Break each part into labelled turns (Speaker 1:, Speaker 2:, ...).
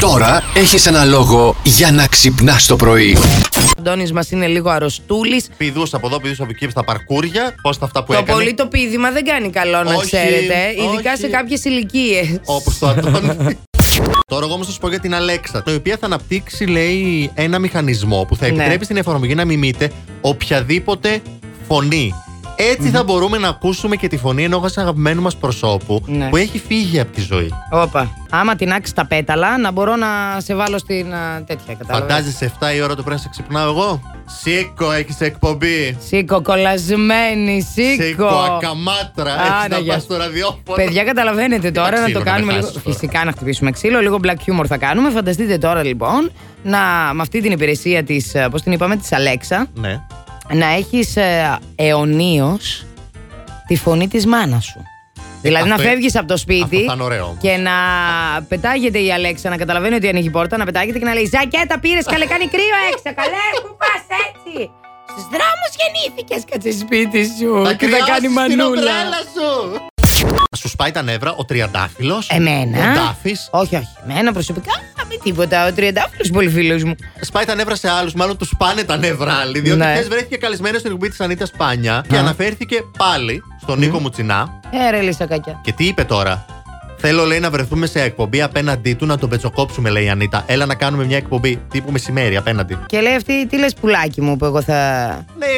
Speaker 1: Τώρα έχεις ένα λόγο για να ξυπνάς το πρωί.
Speaker 2: Αντώνης μας είναι λίγο αρρωστούλης.
Speaker 3: Πηδούσα από εδώ, πηδούσα από εκεί, στα παρκούρια. Πώς τα αυτά που
Speaker 2: Το
Speaker 3: έκανε.
Speaker 2: πολύ το πίδημα δεν κάνει καλό, να
Speaker 3: Όχι,
Speaker 2: ξέρετε. Ειδικά
Speaker 3: όχι.
Speaker 2: σε κάποιες ηλικίες.
Speaker 3: Όπως το Αντώνη. Τώρα, εγώ όμως θα σα πω για την Αλέξα, η οποία θα αναπτύξει, λέει, ένα μηχανισμό που θα
Speaker 2: Ναι.
Speaker 3: επιτρέπει στην εφαρμογή να μιμείται οποιαδήποτε φωνή. Έτσι θα μπορούμε να ακούσουμε και τη φωνή ενός αγαπημένου μας προσώπου
Speaker 2: Ναι.
Speaker 3: που έχει φύγει από τη ζωή.
Speaker 2: Όπα. Άμα την άξεις τα πέταλα, να μπορώ να σε βάλω στην α, τέτοια κατάλαβα.
Speaker 3: Φαντάζεσαι 7 η ώρα το πρωί να σε ξυπνάω εγώ. Σήκω, έχεις εκπομπή.
Speaker 2: Σήκω κολλασμένη,
Speaker 3: Σήκω,
Speaker 2: σήκω.
Speaker 3: ακαμάτρα.
Speaker 2: Άρα,
Speaker 3: Έχεις να
Speaker 2: γεια
Speaker 3: πας
Speaker 2: σου.
Speaker 3: στο ραδιόφωνο.
Speaker 2: Παιδιά, καταλαβαίνετε τώρα να
Speaker 3: ξύλο
Speaker 2: το
Speaker 3: να
Speaker 2: κάνουμε λίγο.
Speaker 3: πετάσεις τώρα.
Speaker 2: Φυσικά να χτυπήσουμε ξύλο, λίγο black humor θα κάνουμε. Φανταστείτε τώρα λοιπόν να με αυτή την υπηρεσία της, πώς την είπαμε, της Αλέξα,
Speaker 3: Ναι.
Speaker 2: να έχεις αιωνίως τη φωνή της μάνας σου. Δηλαδή να
Speaker 3: αυτό ε-
Speaker 2: φεύγεις από το
Speaker 3: Αυτό
Speaker 2: σπίτι
Speaker 3: θα είναι ωραίο. όμως.
Speaker 2: και να πετάγεται η Αλέξα, να καταλαβαίνει ότι ανοίγει η πόρτα, να πετάγεται και να λέει Ζακέτα, πήρες καλέ, κάνει κρύο έξω. Καλέ, που πας έτσι. Στους δρόμους γεννήθηκες, κάτσε σπίτι σου.
Speaker 3: Θα
Speaker 2: και θα κάνει
Speaker 3: κρυώσεις την
Speaker 2: μανούλα.
Speaker 3: ομπρέλα σου. Σου σπάει τα νεύρα ο τριαντάφυλλος.
Speaker 2: Εμένα.
Speaker 3: Ο Ντάφης.
Speaker 2: Όχι, όχι. Εμένα προσωπικά μη τίποτα. Ο Τριαντάφυλλο πολύ φίλος μου.
Speaker 3: Σπάει τα νεύρα σε άλλους, μάλλον τους πάνε τα νεύρα άλλοι. Διότι
Speaker 2: Ναι.
Speaker 3: χθες βρέθηκε καλεσμένος στην εκπομπή της Ανίτα Σπάνια και αναφέρθηκε πάλι στον Νίκο Μουτσινά.
Speaker 2: Ε, ρε, λύσα κακιά.
Speaker 3: Και τι είπε τώρα. Θέλω, λέει, να βρεθούμε σε εκπομπή απέναντί του, να τον πετσοκόψουμε, λέει η Ανίτα. Έλα να κάνουμε μια εκπομπή τύπου μεσημέρι απέναντι.
Speaker 2: Και λέει αυτή, τι λες πουλάκι μου που εγώ θα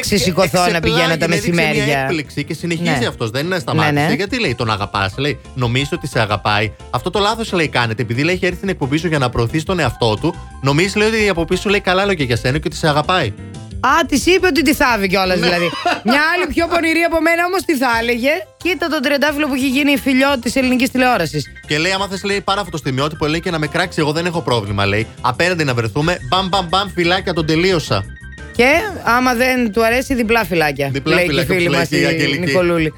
Speaker 2: ξεσηκωθώ να
Speaker 3: Ναι, εξεπλάγει,
Speaker 2: πηγαίνω τα
Speaker 3: ναι, έδειξε Μια
Speaker 2: μεσημέρια.
Speaker 3: έκπληξη και συνεχίζει
Speaker 2: Ναι.
Speaker 3: αυτός. Δεν είναι σταμάτησε.
Speaker 2: Ναι, ναι.
Speaker 3: Γιατί λέει τον αγαπάς, λέει νομίζεις ότι σε αγαπάει. Αυτό το λάθος λέει κάνετε. Επειδή λέει έχει έρθει στην εκπομπή σου για να προωθείς τον εαυτό του, νομίζεις λέει ότι από πίσω λέει καλά λόγια για σένα και ότι σε αγαπάει.
Speaker 2: Α, της είπε ότι τη θάβει κιόλας
Speaker 3: Ναι.
Speaker 2: δηλαδή. Μια άλλη πιο πονηρή από μένα όμως τι θα έλεγε. Κοίτα τον Τριαντάφυλλο που έχει γίνει φιλιό της ελληνικής τηλεόρασης.
Speaker 3: Και λέει, άμα θες, λέει πάρα αυτό το στιγμιότυπο, λέει και να με κράξει, εγώ δεν έχω πρόβλημα, λέει. Απέναντι να βρεθούμε, μπαμ, μπαμ, μπαμ, φυλάκια, τον τελείωσα.
Speaker 2: Και άμα δεν του αρέσει, διπλά φυλάκια.
Speaker 3: Διπλά
Speaker 2: λέει και
Speaker 3: φυλάκια
Speaker 2: η φίλη
Speaker 3: που
Speaker 2: μας
Speaker 3: λέει και η Αγγελική.
Speaker 2: Νικολούλη.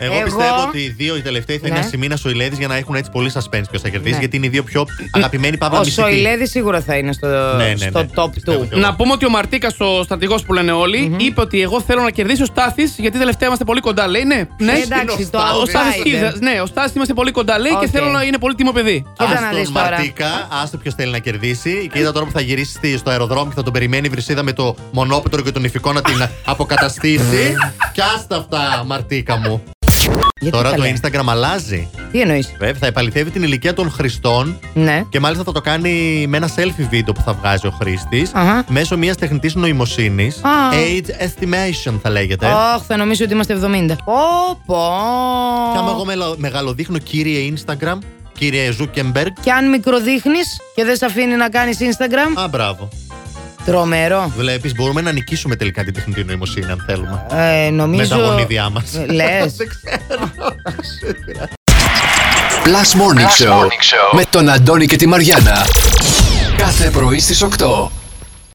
Speaker 3: Εγώ,
Speaker 2: Εγώ-
Speaker 3: πιστεύω ότι οι δύο οι τελευταίοι θα είναι
Speaker 2: Ναι.
Speaker 3: ασημίνα σοηλέδης για να έχουν έτσι πολύ suspense ποιος θα κερδίσει,
Speaker 2: Ναι.
Speaker 3: γιατί είναι οι δύο πιο αγαπημένοι παύλα
Speaker 2: Ο
Speaker 3: μισθοί.
Speaker 2: Σοηλέδη σίγουρα θα είναι στο,
Speaker 3: Ναι, ναι,
Speaker 2: στο
Speaker 3: ναι.
Speaker 2: top
Speaker 3: Πιστεύω
Speaker 2: του.
Speaker 3: κι εγώ.
Speaker 4: Να πούμε ότι ο Μαρτίκας, ο στρατηγός που λένε όλοι, είπε ότι εγώ θέλω να κερδίσω ο Στάθης, γιατί τελευταία είμαστε πολύ κοντά. Λέει, ναι, ναι.
Speaker 2: Εντάξει, το
Speaker 4: Ο Στάθη
Speaker 2: outsider.
Speaker 4: ναι, ο Στάθης είμαστε πολύ κοντά. Λέει και
Speaker 2: Οκ.
Speaker 4: θέλω να είναι πολύ τιμό παιδί.
Speaker 2: Κοίτα
Speaker 3: Ας
Speaker 2: να
Speaker 3: τον
Speaker 2: δεις τώρα.
Speaker 3: Μαρτίκα, άστο ποιος θέλει να κερδίσει. Και είδα τώρα που θα γυρίσει στη- στο αεροδρόμιο και θα τον περιμένει η Βρυσίδα με το μονόπετρο και τον ηφικό να την αποκαταστήσει. Κι άστα αυτά, Μαρτίκα μου.
Speaker 2: Γιατί
Speaker 3: Τώρα
Speaker 2: τα
Speaker 3: το
Speaker 2: λέει?
Speaker 3: Instagram αλλάζει.
Speaker 2: Τι εννοείς.
Speaker 3: Βέβαια, θα επαληθεύει την ηλικία των χρηστών
Speaker 2: Ναι.
Speaker 3: και μάλιστα θα το κάνει με ένα selfie βίντεο που θα βγάζει ο χρήστης
Speaker 2: Αχα.
Speaker 3: μέσω μιας τεχνητής νοημοσύνης.
Speaker 2: Α.
Speaker 3: Age estimation θα λέγεται.
Speaker 2: Όχι, θα νομίζω ότι είμαστε 70. Πω, πω.
Speaker 3: Και άμα εγώ μελα- μεγαλοδείχνω, κύριε Instagram, κύριε Zuckerberg.
Speaker 2: Και αν μικροδείχνεις και δεν σε αφήνει να κάνεις Instagram.
Speaker 3: Α, μπράβο.
Speaker 2: Τρομερό.
Speaker 3: Βλέπεις, μπορούμε να νικήσουμε τελικά την τεχνητή νοημοσύνη, αν θέλουμε.
Speaker 2: Ε,
Speaker 3: Με τα
Speaker 2: νομίζω.
Speaker 3: γονίδια μας.
Speaker 2: Ε, λες.
Speaker 3: Δεν ξέρω.
Speaker 1: Plus Morning, Show, με τον Αντώνη και τη Μαριάνα. Κάθε πρωί στις 8.